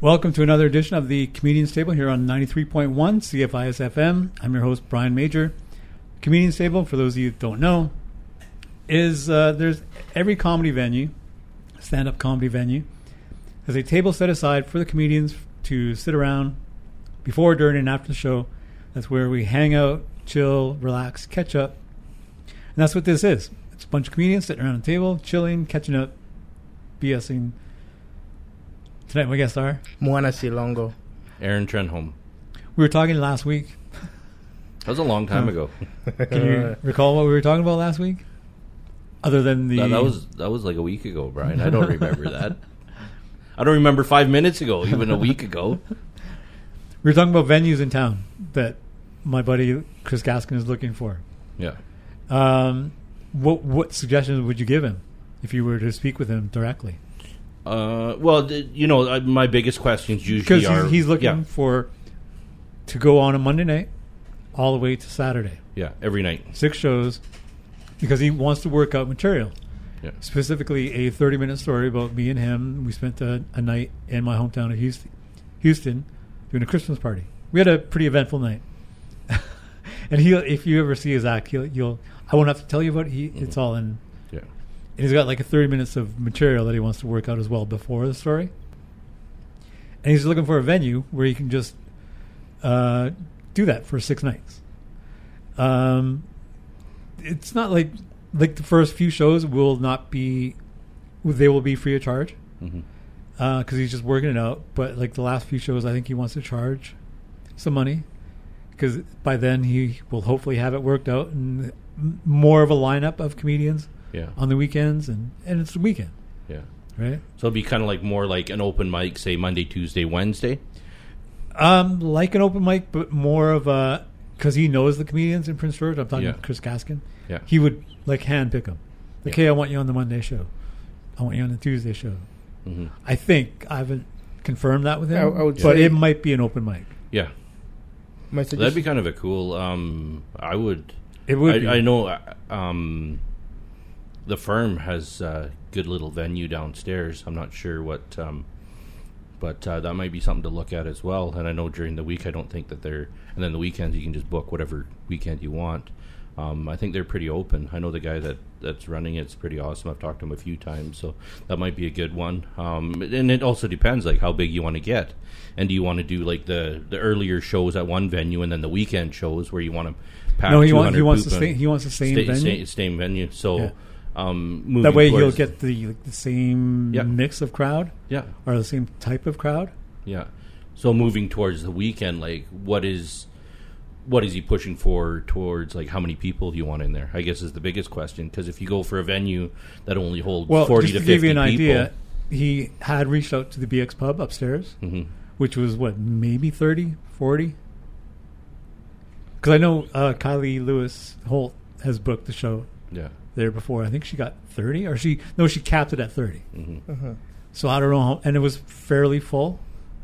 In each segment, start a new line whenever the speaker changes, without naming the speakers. Welcome to another edition of the Comedians Table here on 93.1 CFIS FM. I'm your host, Brian Major. Comedians Table, for those of you that don't know, is uh, there's every comedy venue, stand up comedy venue, has a table set aside for the comedians to sit around before, during, and after the show. That's where we hang out, chill, relax, catch up. And that's what this is. It's a bunch of comedians sitting around a table, chilling, catching up, BSing. Tonight, my guests are.
Moana Silongo.
Aaron Trenholm.
We were talking last week.
That was a long time ago.
Can you recall what we were talking about last week? Other than the
That, that was that was like a week ago, Brian. I don't remember that. I don't remember five minutes ago, even a week ago.
we were talking about venues in town that my buddy Chris Gaskin is looking for.
Yeah.
Um, what what suggestions would you give him if you were to speak with him directly?
Uh, well, th- you know, I, my biggest questions usually
Because
are
he's, he's looking
Yeah,
for to go on a Monday night all the way to Saturday,
yeah, every night.
six shows, because he wants to work out material.
Yeah.
specifically a 30 minute story about me and him. We spent a, a night in my hometown of Houston, Houston, doing a Christmas party. We had a pretty eventful night. and he, will if you ever see his act, he'll, you'll, I won't have to tell you about it. He, It's all in.
Yeah.
And he's got like a 30 minutes of material that he wants to work out as well before the story. And he's looking for a venue where he can just uh, do that for six nights. Um, it's not like like the first few shows will not be they will be free of charge
hmm
because he's just working it out. But like the last few shows, I think he wants to charge some money because by then he will hopefully have it worked out and m- more of a lineup of comedians
Yeah.
on the weekends and and it's the weekend,
Yeah.
right?
So it'd be kind of like more like an open mic, say Monday, Tuesday, Wednesday.
Um, like an open mic, but more of a because he knows the comedians in Prince George. I'm talking
Yeah.
to Chris Gaskin.
Yeah.
he would like hand pick them. Like,
Yeah.
hey, I want you on the Monday show. I want you on the Tuesday show.
hmm
I think I haven't confirmed that with him,
I- I would
but
say-
it might be an open mic.
Yeah.
My
That'd be
suggestion,
kind of a cool. Um, I would.
It would. be.
I, I know uh, um, the firm has a good little venue downstairs. I'm not sure what, um, but uh, that might be something to look at as well. And I know during the week, I don't think that they're, and then the weekends you can just book whatever weekend you want. Um, I think they're pretty open. I know the guy that that's running it's pretty awesome. I've talked to him a few times, so that might be a good one. Um, and it also depends like how big you want to get, and do you want to do like the the earlier shows at one venue and then the weekend shows where you want to pack
no, he wants
200
he wants the
people in?
same he wants the same
Sta-
venue.
sta- same venue. So
Yeah.
um, moving
that way,
towards-
you'll get the like, the same
Yeah.
mix of crowd
yeah,
or the same type of crowd.
yeah. So moving towards the weekend, like what is what is he pushing for towards? Like how many people do you want in there? I guess is the biggest question because if you go for a venue that only holds
Well,
forty
just to,
to fifty
give you an
people,
idea, he had reached out to the BX Pub upstairs,
Mhm.
which was what maybe 30, 40? Because I know uh, Kylie Lewis Holt has booked the show
yeah,
there before. I think she got thirty, or she no, she capped it at thirty.
hmm
uh-huh.
So I don't know, how, and it was fairly full,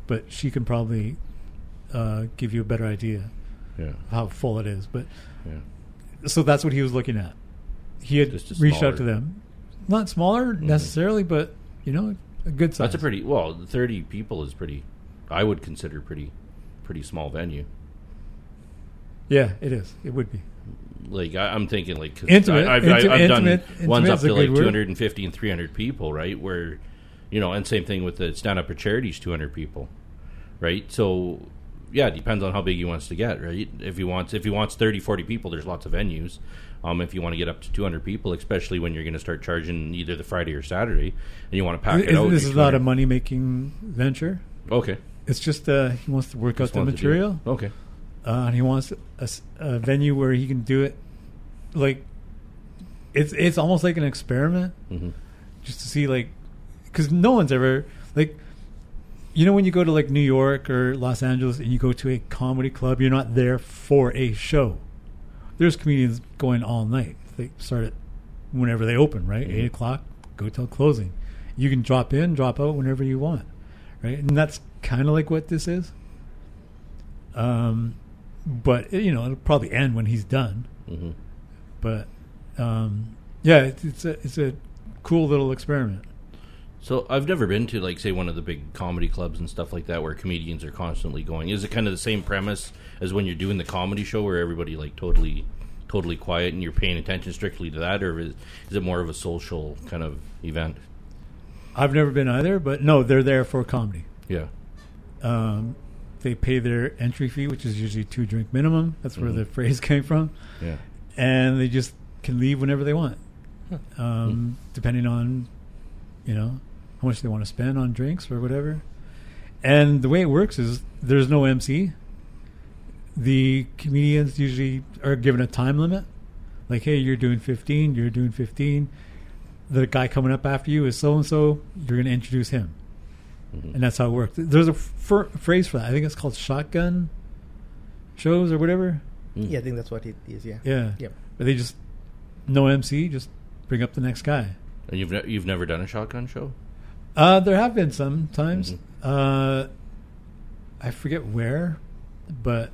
but she can probably uh, give you a better idea
yeah,
of how full it is. But
yeah.
so that's what he was looking at. He had
Just a
reached out
smaller- Mm-hmm.
to them, not smaller necessarily, but you know, a good size.
That's a pretty well. Thirty people is pretty. I would consider pretty pretty small venue.
Yeah, it is. It would be.
like I, I'm thinking like 'cause
Intimate,
I, I've,
inti-
I've done
intimate- intimate
ones up
is a
to like
good word.
250 and 300 people, right? Where you know, and same thing with the stand up for charities, 200 people, right? So yeah, it depends on how big he wants to get, right? If he wants if he wants 30, 40 people, there's lots of venues. Um, if you want to get up to 200 people, especially when you're going to start charging either the Friday or Saturday, and you want to pack it,
This-
out,
this
you're
is not a
200
money making venture.
okay.
It's just uh, he wants to work
Just
out the
wanted to do it.
material,
Okay.
uh, and he wants a, s- a venue where he can do it. Like, it's it's almost like an experiment,
hmm
just to see like, because no one's ever like, you know, when you go to like New York or Los Angeles and you go to a comedy club, you're not there for a show. There's comedians going all night. They start at whenever they open, right?
Mhm.
Eight o'clock, go till closing. You can drop in, drop out whenever you want, right? And that's kind of like what this is. Um, but eh, you know, it'll probably end when he's done.
hmm
But um, yeah, it's, it's a it's a cool little experiment.
So I've never been to like say one of the big comedy clubs and stuff like that where comedians are constantly going. Is it kind of the same premise as when you're doing the comedy show where everybody like totally totally quiet and you're paying attention strictly to that or is, is it more of a social kind of event?
I've never been either, but no, they're there for comedy.
Yeah.
Um, they pay their entry fee, which is usually two drink minimum. That's where
Mhm.
the phrase came from,
Yeah.
and they just can leave whenever they want, um, depending on you know how much they want to spend on drinks or whatever. And the way it works is there's no MC. The comedians usually are given a time limit, like, "Hey, you're doing 15. You're doing 15." The guy coming up after you is so and so. You're going to introduce him
Mhm.
and uh, that's how it worked. There's a fir- phrase for that. I think it's called shotgun shows or whatever.
Mm.
Yeah, I think that's what it is. Yeah.
Yeah.
Yep.
But they just no MC, just bring up the next guy.
And you've ne- you've never done a shotgun show?
Uh, there have been some times.
Mhm.
Uh, I forget where, but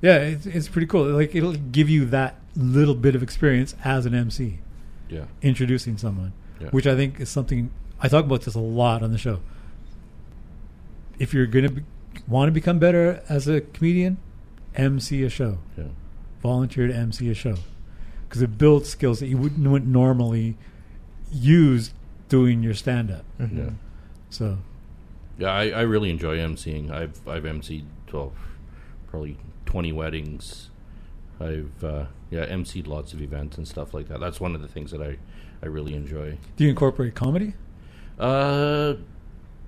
yeah, it's, it's pretty cool. Like it'll give you that little bit of experience as an MC
Yeah.
introducing someone,
Yeah.
which I think is something I talk about this a lot on the show. If you're gonna be, want to become better as a comedian, MC a show,
Yeah.
volunteer to MC a show, because it builds skills that you wouldn't, wouldn't normally use doing your stand up.
Mhm.
Yeah.
So
Yeah, I, I really enjoy emceeing. I've I've emceed well, probably twenty weddings. I've uh, yeah emceed lots of events and stuff like that. That's one of the things that I I really enjoy.
do you incorporate comedy?
Uh,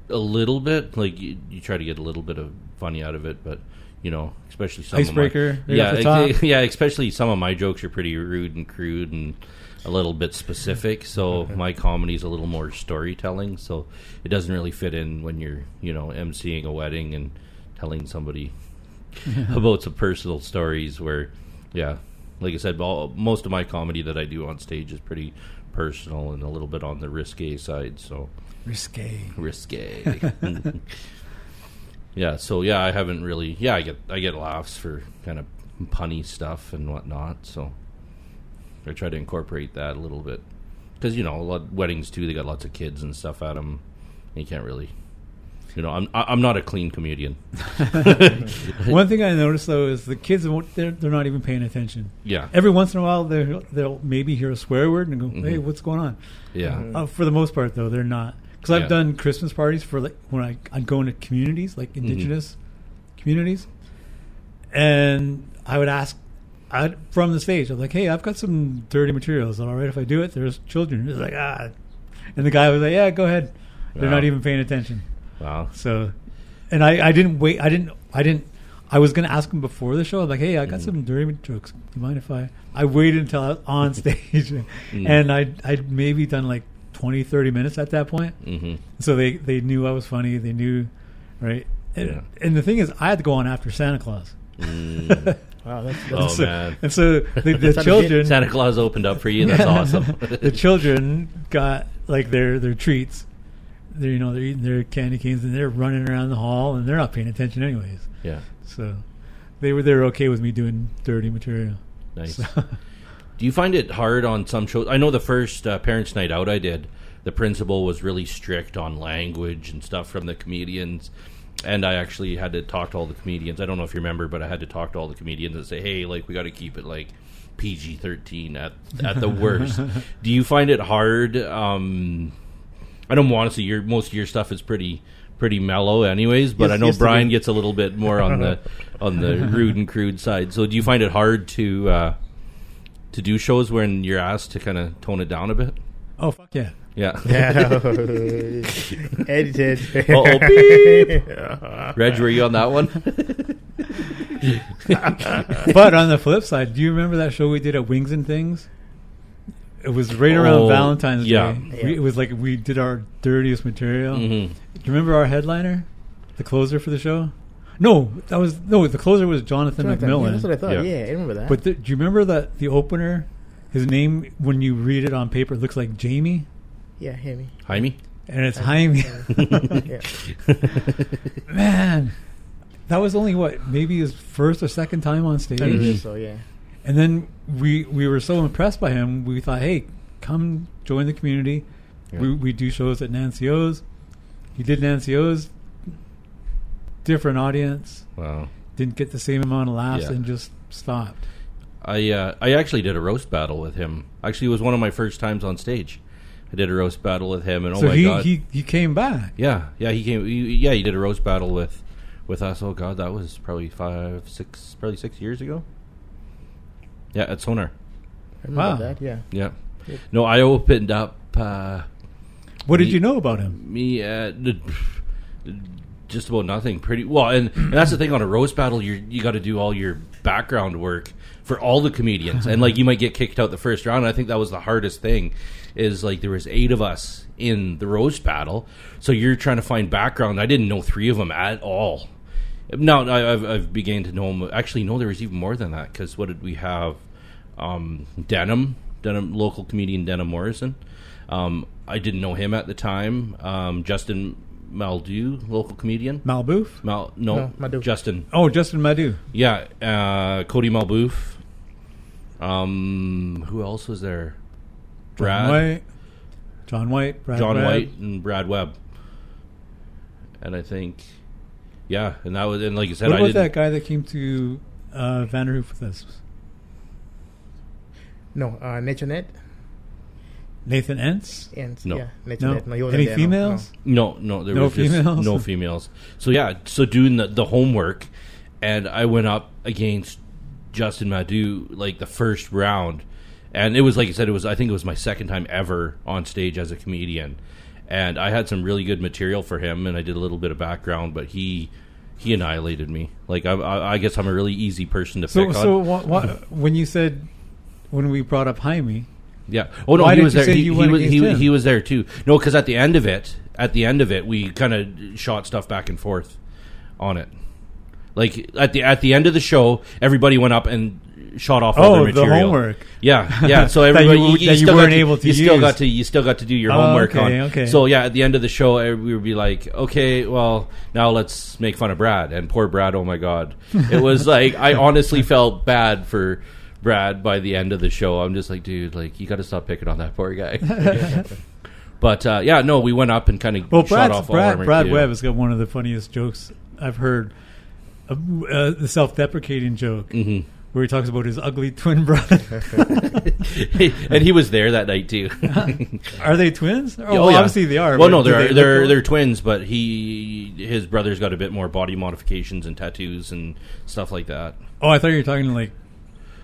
a little bit like you, you try to get a little bit of funny out of it, but you know, especially some of my-
Icebreaker, right
yeah,
off the
ex-
top.
yeah. Especially some of my jokes are pretty rude and crude and a little bit specific. So my comedy's a little more storytelling. So it doesn't really fit in when you're you know emceeing a wedding and telling somebody about some personal stories where, yeah, like I said, all, most of my comedy that I do on stage is pretty personal and a little bit on the risque side. So
Risque.
risque. yeah. So yeah, I haven't really. Yeah, I get I get laughs for kind of punny stuff and whatnot. So I try to incorporate that a little bit because you know a lot weddings too. They got lots of kids and stuff at them. You can't really. You know, I'm I- I'm not a clean comedian.
One thing I noticed though is the kids won't, they're, they're not even paying attention.
Yeah,
Every once in a while, they'll they'll maybe hear a swear word and go,
Mhm.
"Hey, what's going on?"
yeah,
Uh, for the most part, though, they're not. Because I've
Yeah.
done Christmas parties for like when I I'd go into communities, like
Mm-hmm.
indigenous communities, and I would ask, I from the stage, I'm like, "Hey, I've got some dirty materials. All right, if I do it, there's children." It's like ah, and the guy was like, "Yeah, go ahead." They're
Wow.
not even paying attention.
wow,
So, and I I didn't wait. I didn't I didn't. I was gonna ask him before the show. I'm like, hey, I got
Mhm.
some dirty jokes. Do you mind if I? I waited until I was on stage,
Mm.
and I I'd maybe done like 20, 30 minutes at that point.
hmm
So they they knew I was funny. They knew, right? And,
Yeah.
and the thing is, I had to go on after Santa Claus.
Mm.
Wow, that's, that's
Oh,
so,
man.
And so the, the
Santa-
children,
Santa Claus opened up for you. That's awesome.
the children got like their their treats. They're you know they're eating their candy canes and they're running around the hall and they're not paying attention anyways.
yeah,
So they were they were okay with me doing dirty material.
nice.
So,
Do you find it hard on some shows? I know the first uh, Parents Night Out I did, the principal was really strict on language and stuff from the comedians. And I actually had to talk to all the comedians. I don't know if you remember, but I had to talk to all the comedians and say, hey, like, we got to keep it like PG 13 at, at the worst. Do you find it hard? Um, I don't want to see your most of your stuff is pretty pretty mellow anyways but
Yes,
i know
yes, it
brian
is.
gets a little bit more on the on the rude and crude side so do you find it hard to uh to do shows when you're asked to kind of tone it down a bit
oh fuck yeah!
yeah
Yeah. Edited.
oh beep reg were you on that one
but on the flip side, do you remember that show we did at Wings and Things? It was right around
Oh,
Valentine's
yeah.
Day. We, it was like we did our dirtiest material.
Mhm.
Do you remember our headliner, the closer for the show? No, that was no. The closer was Jonathan,
Jonathan, yeah,
McMillan.
that's what I thought.
Yeah.
Yeah, I remember that.
but the, do you remember that the opener? His name, when you read it on paper, it looks like Jamie,
yeah, hear me.
Jaime?
and it's Jaime.
yeah.
Man, that was only what maybe his first or second time on
I
stage,
believe so, yeah.
and then we we were so impressed by him, we thought, hey, come join the community, We, we do shows at Nancy O's. He did Nancy O's. Different audience.
Wow.
Didn't get the same amount of laughs
Yeah.
and just stopped.
I uh, I actually did a roast battle with him. Actually, it was one of my first times on stage. I did a roast battle with him, and oh
so
my
he,
god,
he he came back.
yeah, yeah, he came. He, yeah, he did a roast battle with with us. Oh god, that was probably five, six, probably six years ago. Yeah, at Sonar.
I remember
Wow.
that. Yeah.
Yeah.
Yep.
No, I opened up. Uh,
What did
He-
you know about him?
me uh, d- just about nothing pretty well and, and that's the thing on a roast battle you you got to do all your background work for all the comedians and like you might get kicked out the first round and i think that was the hardest thing is like there was eight of us in the roast battle so you're trying to find background i didn't know three of them at all now I, I've, I've began to know him. Actually, no, there was even more than that because what did we have? Um, Denim, Denim, local comedian Denim Morrison. Um, I didn't know him at the time. Um, Justin Maldew, local comedian.
Malboof?
Mal, no,
No, Maldew.
Justin.
Oh, Justin Madu.
Yeah, uh, Cody Malboof. Um, who else was there?
John White. John White. Brad
John
Webb.
White and Brad Webb. And I think, yeah, and that was and like I said,
What
I
about
didn't.
that guy that came to uh, Vanderhoof with us?
No, uh, Net
Nathan Entz?
and
No.
yeah,
No.
Nationette. No, he wasn't
Any
there, no,
females?
No, no, there
No
was just
females?
no females. So yeah, so doing the, the homework, and I went up against Justin Madu like the first round, and it was like I said, it was I think it was my second time ever on stage as a comedian, and I had some really good material for him, and I did a little bit of background, but he he annihilated me. Like I, I, I guess I'm a really easy person to
So,
pick
so
on.
wha- wha- when you said, when we brought up Jaime,
Yeah. Oh no,
Why
he
did
was
you
there.
say
He,
you
he
went
was
against
he,
him?
he was there too. No, because at the end of it, at the end of it, we kind of shot stuff back and forth on it. Like at the at the end of the show, everybody went up and shot off all
Oh,
their
the
material.
homework.
Yeah, yeah. So
That you-
everybody
that you
still
weren't
got
able to
you still
use.
got to you still got to do your
Oh,
homework
okay,
on.
okay.
So yeah, at the end of the show, eh, we would be like, okay, well, now let's make fun of Brad and poor Brad. Oh my God, it was like I honestly felt bad for Brad by the end of the show. I'm just like, dude, like you got to stop picking on that poor guy. but uh, yeah, no, we went up and kind of
well,
shot
Brad's,
off
Brad,
all
Brad Webb has got one of the funniest jokes I've heard, uh, uh, the self-deprecating joke
hmm
where he talks about his ugly twin brother.
and he was there that night too.
are they twins? Oh,
Yeah,
well,
yeah.
obviously they are.
Well,
but
no,
do
they're
they
they're
look-
they're twins, but he his brother's got a bit more body modifications and tattoos and stuff like that.
Oh, I thought you were talking like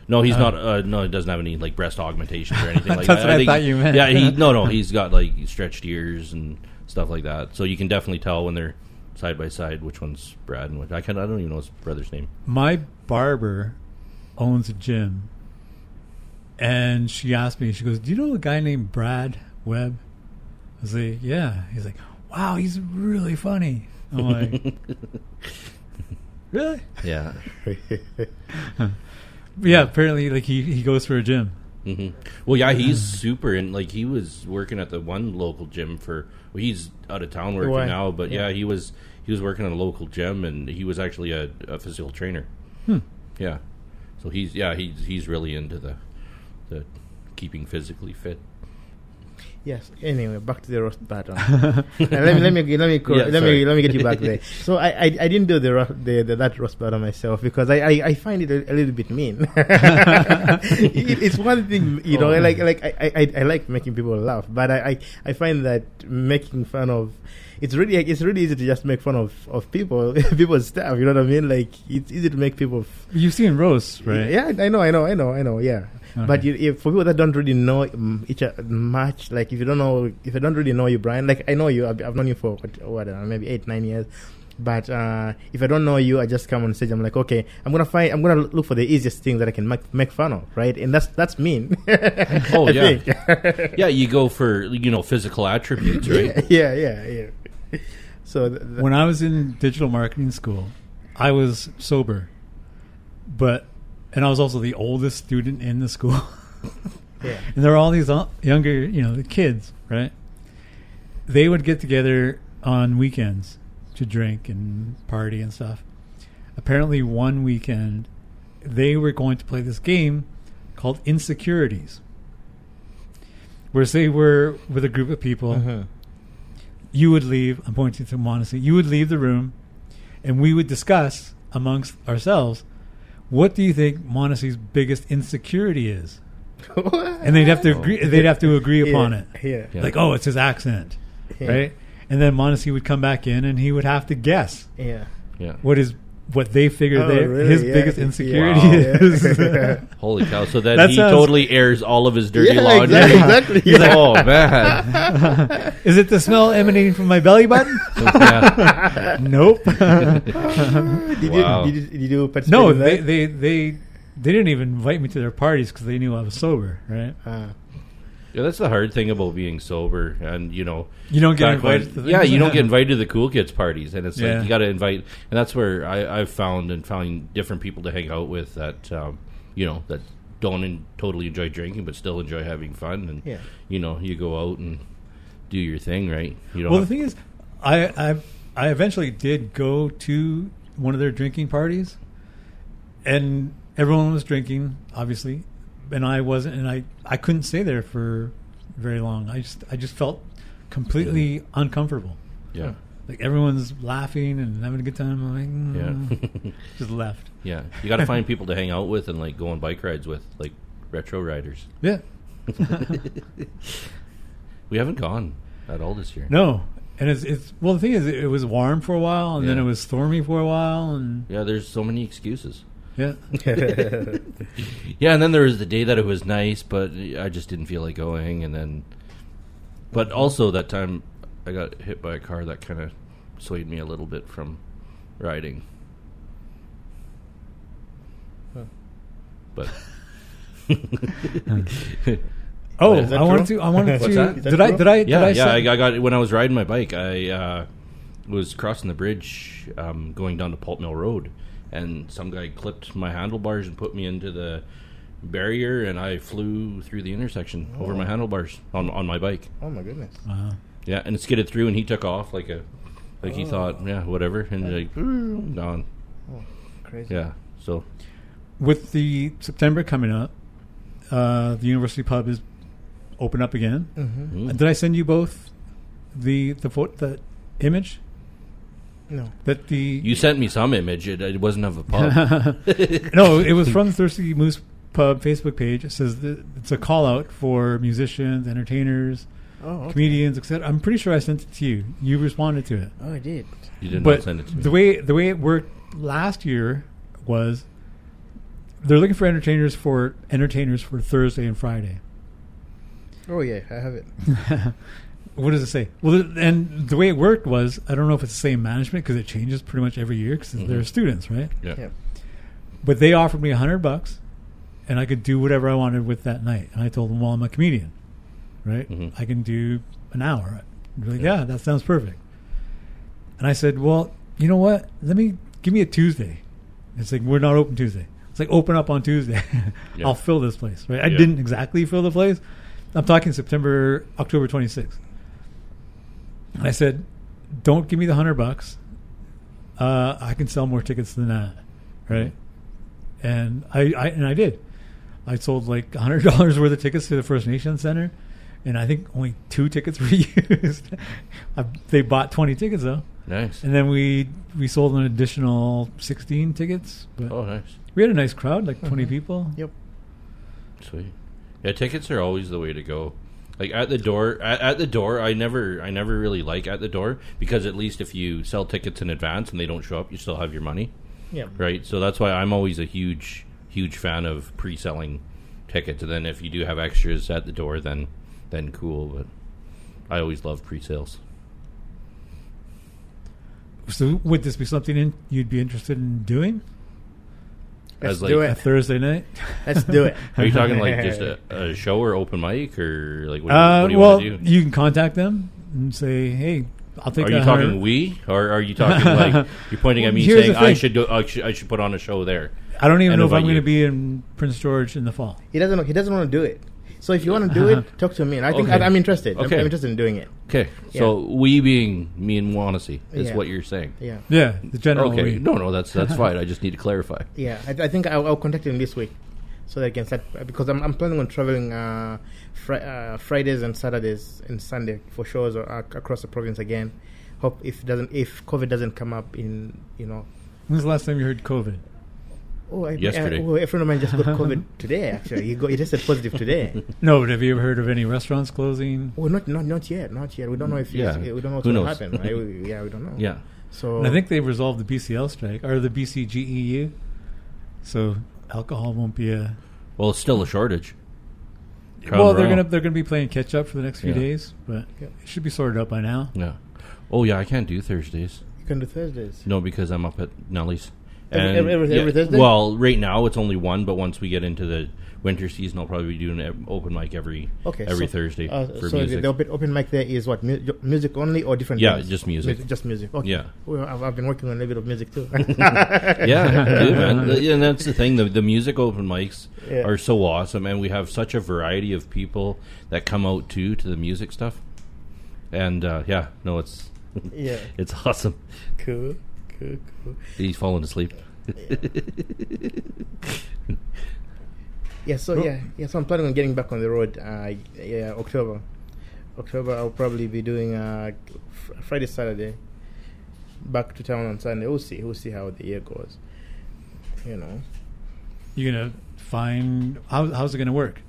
No, he's not. Uh, no, he doesn't have any like breast augmentation or anything like
That's
that.
what I thought you meant.
Yeah, he no, no, he's got like stretched ears and stuff like that. So you can definitely tell when they're side by side which one's Brad and which I can I don't even know his brother's name.
my barber owns a gym, and she asked me. She goes, "Do you know a guy named Brad Webb?" I was like, "Yeah." He's like, "Wow, he's really funny." I'm like, "Really?"
Yeah.
But yeah, apparently, like he he goes for a gym.
hmm Well, yeah, he's super, and like he was working at the one local gym for. Well, he's out of town working
Why?
now, but yeah.
Yeah.
he was he was working at a local gym, and he was actually a, a physical trainer.
Hmm.
Yeah, so he's yeah he's he's really into the the keeping physically fit.
Yes. Anyway, back to the roast battle. Now, let me let me let me cor-
Yeah,
let
sorry.
me let me get you back there. So I, I, I didn't do the, ro- the the that roast battle myself because I, I, I find it a, a little bit mean. it, it's one thing you know
Oh.
like like I, I, I like making people laugh, but I, I, I find that making fun of it's really it's really easy to just make fun of, of people people's stuff. You know what I mean? Like it's easy to make people f-
You've seen roasts, right? Uh-huh.
yeah, I know, I know, I know, I know. Yeah, but
Okay.
you, if, for people that don't really know um, each other much, like if you don't know, if I don't really know you, Brian, like I know you, I've, I've known you for what, what uh, maybe eight, nine years. But uh, if I don't know you, I just come on stage. I'm like, okay, I'm gonna find, I'm gonna look for the easiest thing that I can make, make fun of, right? And that's that's mean.
Oh
I
yeah,
think.
yeah. You go for you know physical attributes, right?
yeah, yeah, yeah. So th- th-
When I was in digital marketing school, I was sober, but and I was also the oldest student in the school.
yeah.
and there were all these o- younger, you know, the kids, right? They would get together on weekends to drink and party and stuff. Apparently, one weekend they were going to play this game called Insecurities, where say we're with a group of people,
Uh-huh.
you would leave. I'm pointing to Montesi. You would leave the room, and we would discuss amongst ourselves. What do you think Montesi's biggest insecurity is? And they'd have to
Oh.
agree. They'd have to agree upon it.
Yeah.
Yeah.
Like, oh, it's his accent,
Yeah.
right? And then Montesi would come back in, and he would have to guess
Yeah.
Yeah.
what is what they figure
Oh,
their
really?
his
Yeah.
biggest
Yeah.
insecurity
Wow.
is.
Holy cow! So then
That
he
sounds-
totally airs all of his dirty
Yeah,
laundry.
exactly, exactly.
He's like, "Oh man,
is it the smell emanating from my belly button?
Yeah.
nope.
did,
Wow.
you, did, you, did you participate
no,
in
they,
that?
they they they didn't even invite me to their parties because they knew I was sober. Right?
Ah.
Yeah, That's the hard thing about being sober, and you know,
You don't get
back
invited. to
when-
things
yeah, you
that
don't get
happen.
invited to the cool kids parties, and it's
Yeah.
like you got to invite, and that's where I, I've found and found different people to hang out with that, um, you know, that don't in, totally enjoy drinking but still enjoy having fun, and
Yeah.
you know, you go out and do your thing, right? You don't
Well, the
have-
thing is, I I I eventually did go to one of their drinking parties, and everyone was drinking, obviously, and I wasn't, and I I couldn't stay there for very long. I just I just felt completely uncomfortable.
yeah,
Like everyone's laughing and having a good time. I'm like, mm,
yeah,
just left.
yeah. You got to find people to hang out with and like go on bike rides with, like retro riders.
Yeah.
We haven't gone at all this year.
No. And it's it's well the thing is it was warm for a while and then
Yeah.
it was stormy for a while and
Yeah, there's so many excuses.
yeah.
Yeah, and then there was the day that it was nice, but I just didn't feel like going. And then, but also that time I got hit by a car that kind of swayed me a little bit from riding.
Huh.
But
Oh,
Is that
I wanted
true?
to I wanted
What's
to
that? Is that
did I
true?
did I did
yeah,
I
yeah, I,
send-
I got when I was riding my bike, I uh, was crossing the bridge um, going down to Pulp Mill Road, and some guy clipped my handlebars and put me into the barrier, and I flew through the intersection
Oh,
over my handlebars on on my bike.
oh my goodness.
Wow.
Yeah, and it skidded through, and he took off like a like
Oh.
he thought, yeah, whatever, and like gone.
Crazy.
Yeah, so
with the September coming up, uh, the university pub is open up again.
Mm-hmm.
mm.
Did I send you both the the photo, the image
No.
that the
you sent me some image. It, it wasn't of a pub.
no, it was from the Thirsty Moose Pub Facebook page. It says that it's a call out for musicians, entertainers,
Oh, okay.
comedians, etc. I'm pretty sure I sent it to you. You responded to it.
oh, I did.
you did
but
not send it to me.
the way the way it worked last year was they're looking for entertainers for entertainers for Thursday and Friday.
Oh yeah, I have it.
What does it say? Well, th- and the way it worked was I don't know if it's the same management because it changes pretty much every year because they're
Mhm.
students, right?
yeah.
Yeah.
But they offered me a hundred bucks, and I could do whatever I wanted with that night. And I told them, well, I'm a comedian, right?
Mhm.
I can do an hour. And They're like,
Yeah.
yeah, that sounds perfect. And I said, well, you know what? Let me give me a Tuesday. It's like we're not open Tuesday. It's like open up on Tuesday.
Yeah.
I'll fill this place, right? I
Yeah.
didn't exactly fill the place. I'm talking September, October 26th. And I said, don't give me the hundred bucks. Uh, I can sell more tickets than that, right? And I, I and I did. I sold like hundred dollars worth of tickets to the First Nation Center, and I think only two tickets were used. I, they bought twenty tickets though,
Nice.
and then we we sold an additional sixteen tickets. But
Oh, nice.
we had a nice crowd, like 20
Mhm.
people.
Yep.
Sweet. Yeah, tickets are always the way to go. Like at the door, at, at the door, I never, I never really like at the door because at least if you sell tickets in advance and they don't show up, you still have your money,
Yeah.
right? So that's why I'm always a huge, huge fan of pre-selling tickets. And then if you do have extras at the door, then, then cool. But I always love pre-sales.
So would this be something in, you'd be interested in doing
Let's
As like-
do
a
it.
Thursday night?
Let's do it.
Are you talking like just a, a show or open mic or like what do you,
Uh,
what do you
well,
want to do?
you can contact them and say, "Hey, I'll take."
Are
that
you talking
hundred-
we, or are you talking like you're pointing at
Well,
me
here's
saying
the
I
thing.
should, do, I should I should put on a show there?
I don't even
and
know if
invite
I'm going
you?
to be in Prince George in the fall.
He doesn't. He doesn't want to do it. So if you want to do it, talk to me. And I think
Okay.
I, I'm interested. I'm-
Okay.
I'm, interested in doing it.
Okay, so we being me and Wanasi is
Yeah.
what you're saying.
Yeah.
Yeah, the general.
Okay,
we.
no, no, that's that's fine. I just need to clarify.
Yeah. I, I think I'll, I'll contact him this week. so that I can start because I'm, I'm planning on traveling uh, fri- uh, Fridays and Saturdays and Sunday for shows or, ac across the province again. Hope if doesn't if COVID doesn't come up in you know.
When's the last time you heard COVID?
Oh, I,
Yesterday.
I, oh, a friend of mine just got COVID today. Actually, he got he tested positive today.
No, but have you ever heard of any restaurants closing?
Well, not not not yet, not yet. We don't know if
Yeah.
it's- we don't know what's
Who
going to
knows?
happen. Right? We, yeah, we don't know.
Yeah.
So
And I think they've resolved the BCL strike or the BCGEU, E so alcohol won't be a.
Well, it's still a shortage. Crown
well, they're
Royal.
gonna they're gonna be playing catch up for the next few
Yeah.
days, but
Yeah.
it should be sorted out by now.
Yeah. Oh yeah, I can't do Thursdays.
you can do Thursdays.
No, because I'm up at Nelly's.
Every- every- every- every Thursday?
Well, right now it's only one, but once we get into the winter season, I'll probably be doing an open mic every
Okay,
every
so,
Thursday
Uh,
for
so the-
music.
the open, open mic there is what mu- music only or different?
Yeah,
things?
just music.
Mu- just music. Okay.
Yeah.
Well, I've, I've been working on a bit of music too.
yeah, dude, man. The- And that's the thing. The, the music open mics
Yeah.
are so awesome, and we have such a variety of people that come out too to the music stuff. And uh, yeah, no, it's
yeah.
it's awesome.
Cool. Cool. Cool.
He's falling asleep.
Yeah. So
Cool.
yeah. Yeah. So I'm planning on getting back on the road. Uh, yeah, October. October. I'll probably be doing uh, fr- Friday, Saturday. Back to town on Sunday. We'll see. We'll see how the year goes. You know.
You're gonna find how, how's it gonna work?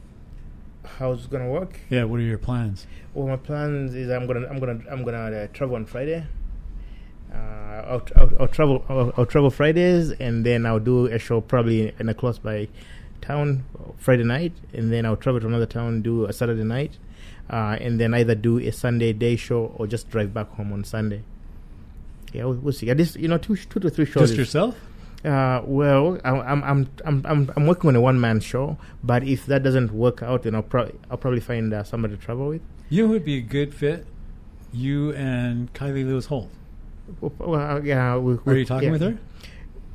How's it gonna work?
Yeah, what are your plans?
Well, my plans is I'm gonna I'm gonna I'm gonna uh, travel on Friday. Uh, I'll, tr- I'll, I'll travel I'll, I'll travel Fridays and then I'll do a show probably in a close by town Friday night and then I'll travel to another town do a Saturday night uh, and then either do a Sunday day show or just drive back home on Sunday. Yeah, we'll, we'll see. At least you know two sh- two to three shows.
Just
is-
yourself?
uh, well, I- I'm I'm I'm I'm I'm working on a one man show, but if that doesn't work out, then I'll probably I'll probably find uh, somebody to travel with.
You know who would be a good fit? You and Kylie Lewis Holt.
Well, uh, yeah. We,
Are
we-
you talking
yeah.
with her?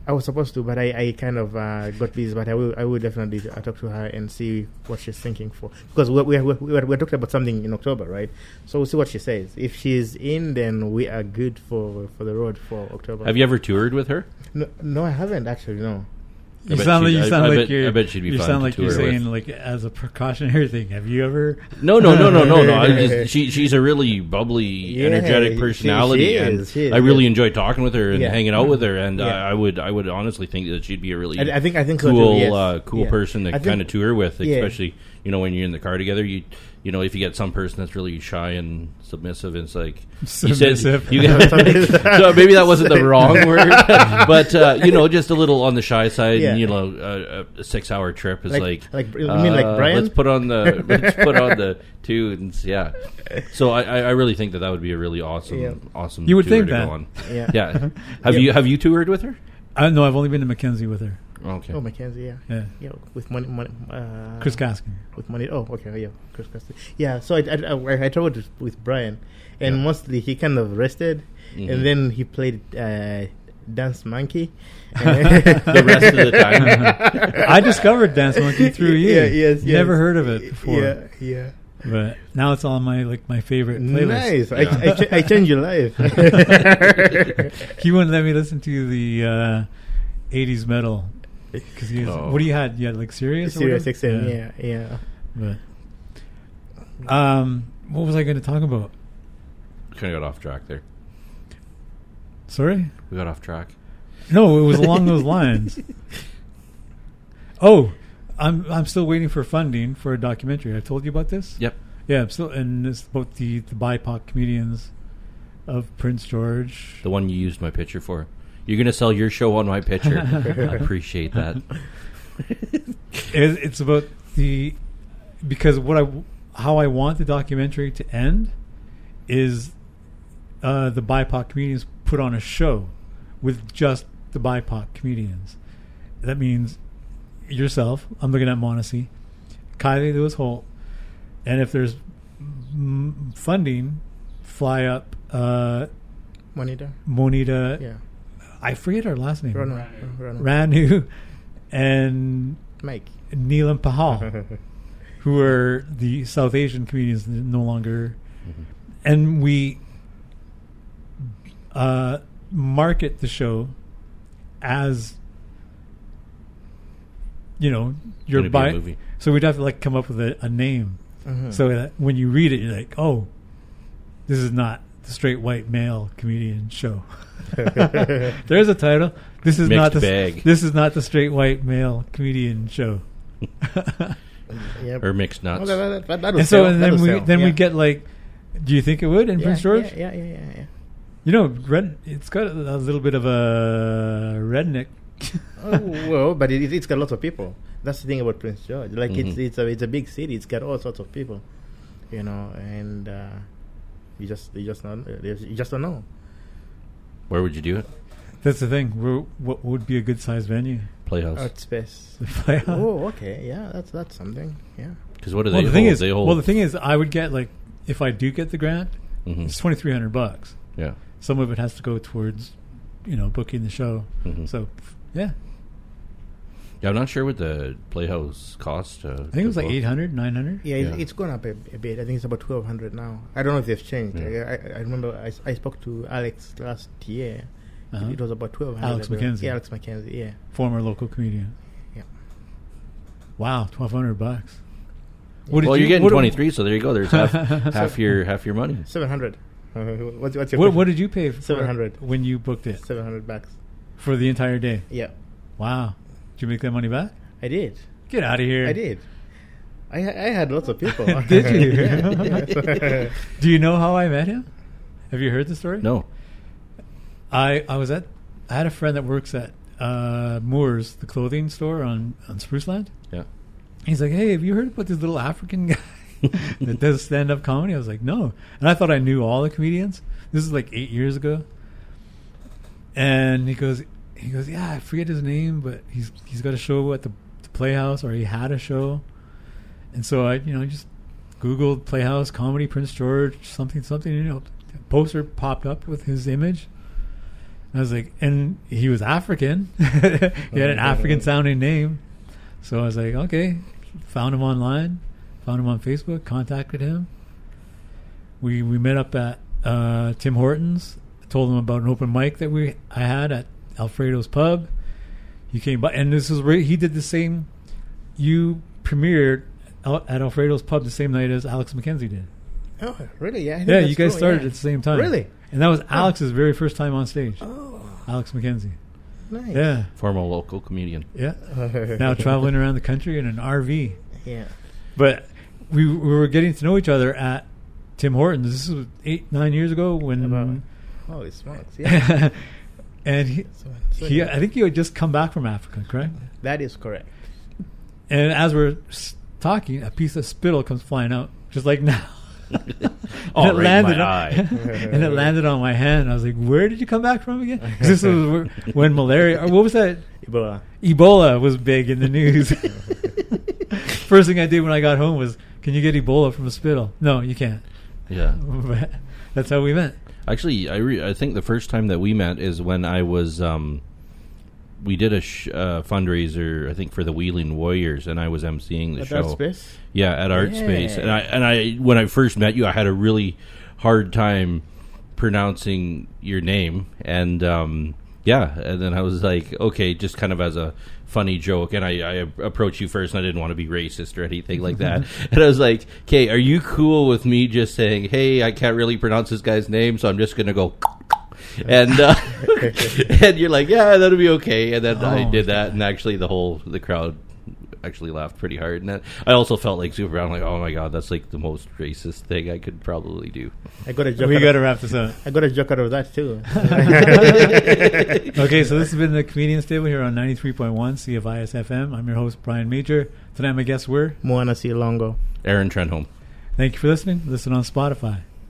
I was supposed to, but I, I kind of uh, got busy. But I will I will definitely uh, talk to her and see what she's thinking for because we we we we we're talking about something in October, right? So we'll see what she says. If she's in, then we are good for for the road for October.
Have you ever toured with her?
No, no I haven't actually. No.
You
bet
sound like
she'd-
you
I-
sound
I
like
bet-
you're.
I bet she'd be
you
fun
sound
to
like you're
tour with.
saying like as a precautionary thing. Have you ever?
No, no, no, no, no, no. I just, she she's a really bubbly,
she-
energetic
she
personality, and
is, she is,
I really
yeah.
enjoy talking with her and
Yeah.
hanging out with her. And uh,
Yeah.
I, I would I would honestly think that she'd be a really
I, I think I think so too,
cool
yes.
uh, cool
Yeah.
person
I
to
think-
kind of tour with,
yeah.
especially you know when you're in the car together. You you know if you get some person that's really shy and submissive, it's like
Submissive.
You said, you so maybe that wasn't the wrong word, but uh, you know just a little on the shy side.
Yeah.
And, you know a, a- a six hour trip is
Like-
like
like- you mean like
uh,
Brian?
Let's put on the let's put on the tunes. Yeah. So I, I I really think that that would be a really awesome
Yeah.
awesome.
You would
tour
think
to go
that.
on.
Yeah.
Yeah. Have
Yeah.
you have you toured with her?
I don't know. I've only been to Mackenzie with her.
Okay.
Oh, Mackenzie. Yeah.
Yeah,
Yeah. With money. money uh,
Chris Gaskin.
with money. Oh, okay, yeah, Chris Cassidy. Yeah, so I I, I, I traveled with- with Brian, and
Yeah.
mostly he kind of rested,
Mhm.
and then he played uh, Dance Monkey.
the rest of the time.
I discovered Dance Monkey through you.
Yeah, yes, yes.
Never heard of it before.
Yeah, yeah.
But now it's on my like my favorite playlist.
Nice. I,
Yeah.
I, ch- I changed your life.
He wouldn't let me listen to the uh, '80s metal because he was,
Oh.
what do you had? You had like serious.
Serious XM. Yeah, yeah.
But um, what was I going to talk about?
kind of got off track there.
Sorry.
We got off track.
No, it was along those lines. Oh, I'm I'm still waiting for funding for a documentary. I told you about this.
Yep.
Yeah, I'm still, and it's about the the BIPOC comedians of Prince George.
The one you used my picture for. You're gonna sell your show on my picture. I appreciate that.
It, it's about the because what I how I want the documentary to end is uh, the BIPOC comedians put on a show with just the BIPOC comedians. That means yourself. I'm looking at Monacy, Kylie Lewis Holt, and if there's mm, funding, fly up uh,
Monitor.
Monita.
Yeah.
I forget her last name.
Run, run,
Ranu and
Mike.
Neelam Pahal, who are the South Asian comedians that no longer, and we uh, market the show as you know, you're
Gonna be a
by.
movie.
So we'd have to like come up with a, a name
Mhm.
so that when you read it, you're like, oh, this is not the straight white male comedian show. There's a title. This is not
Mixed
the
bag.
this is not the straight white male comedian show.
Yep.
or mixed nuts.
Okay, that, that, that'll
and so
sell,
and then
that'll
we
sell,
then
yeah.
we get like, do you think it would in
yeah,
Prince George?
Yeah, yeah, yeah, yeah. yeah.
You know, red. It's got a, a little bit of a redneck.
oh, well, but it, it's got lots of people. That's the thing about Prince George. Like it's
Mm-hmm.
Mhm.
it's a it's a big city. It's got all sorts of people, you know. And uh, you just you just not you just don't know.
Where would you do it?
That's the thing. We're, what would be a good sized venue?
Playhouse.
Out space.
The Playhouse.
oh, okay. Yeah, that's that's something. Yeah.
Because what do
well,
they
the
hold?
thing is,
they hold.
well, the thing is, I would get like if I do get the grant,
Mhm.
it's twenty three hundred bucks.
Yeah.
Some of it has to go towards, you know, booking the show.
Mhm.
So, yeah,
yeah, I'm not sure what the playhouse cost. Uh,
I think it was like 800, 900.
Yeah, it
Yeah.
it's gone up a, a bit. I think it's about twelve hundred now. I don't know if they've changed.
Yeah.
I, I, I remember I, s- I spoke to Alex last year.
Uh-huh.
It was about twelve hundred.
Alex Mackenzie.
Yeah, Alex McKenzie. Yeah.
Former local comedian.
Yeah.
Wow, twelve hundred bucks.
well,
did
you're getting
what-
23, so there you go. There's half, half your half your money.
Seven hundred. what's, what's your
What, what did you pay for
700.
when you booked it
Seven hundred bucks.
for the entire day?
Yeah,
Wow, did you make that money back?
I did.
Get out of here!
I did. I I had lots of people.
Did you?
Yeah.
Do you know how I met him? Have you heard the story?
No.
I I was at I had a friend that works at uh, Moore's, the clothing store on on Spruce Land.
Yeah.
He's like, "Hey, have you heard about this little African guy that does stand-up comedy?" I was like, "No," and I thought I knew all the comedians. This is like eight years ago, and he goes, "He goes, yeah, I forget his name, but he's he's got a show at the, the Playhouse, or he had a show." And so I, you know, just Googled Playhouse comedy Prince George something something. You know, poster popped up with his image. I was like, and he was African. he had an African sounding name. So I was like, okay. Found him online, found him on Facebook, contacted him. We we met up at uh, Tim Hortons. Told him about an open mic that we I had at Alfredo's Pub. He came by, and this is where he did the same. You premiered out at Alfredo's Pub the same night as Alex McKenzie did.
oh, really? Yeah. I think
Yeah,
that's
you guys
cool,
started
yeah.
at the same time.
Really?
And that was Alex's very first time on stage.
Oh,
Alex McKenzie.
nice.
Yeah,
Former local comedian.
yeah.
now
Now traveling around the country in an RV.
Yeah.
But we, we were getting to know each other at Tim Hortons. This was eight, nine years ago
About-
when.
Holy smokes! Yeah.
and he,
So- so
he,
yeah.
I think he had just come back from Africa, correct?
that is correct.
And as we're s- talking, a piece of spittle comes flying out, just like now.
Oh,
And
right in my
on,
eye.
and it landed on my hand. I was like, "Where did you come back from again?" 'Cause This was where- when malaria, or what was that?
Ebola.
Ebola was big in the news. First thing I did when I got home was, "Can you get Ebola from a spittle?" No, you can't.
Yeah.
But That's how we met.
Actually, I re- I think the first time that we met is when I was um, we did a sh- uh, fundraiser I think for the Wheeling Warriors, and I was emceeing the
At
show.
that space.
Yeah, at Art
Yeah.
Space, and I and I when I first met you, I had a really hard time pronouncing your name, and um, yeah, and then I was like, okay, just kind of as a funny joke, and I, I approached you first, and I didn't want to be racist or anything like that, and I was like, okay, are you cool with me just saying, hey, I can't really pronounce this guy's name, so I'm just gonna go. And uh, and you're like, yeah, that'll be okay. And then I
Oh,
did that, and actually, the whole the crowd actually laughed pretty hard. And that, I also felt like super. I'm like, oh my god, that's like the most racist thing I could probably do.
I got a joke.
We
out
got to
of,
wrap this up.
I got a joke out of that too.
Okay, so this has been the Comedians Table here on 93.1 CFIS FM. I'm your host, Brian Major. Tonight my guests were.
Moana Silongo.
Aaron Trenholm.
Thank you for listening. Listen on Spotify.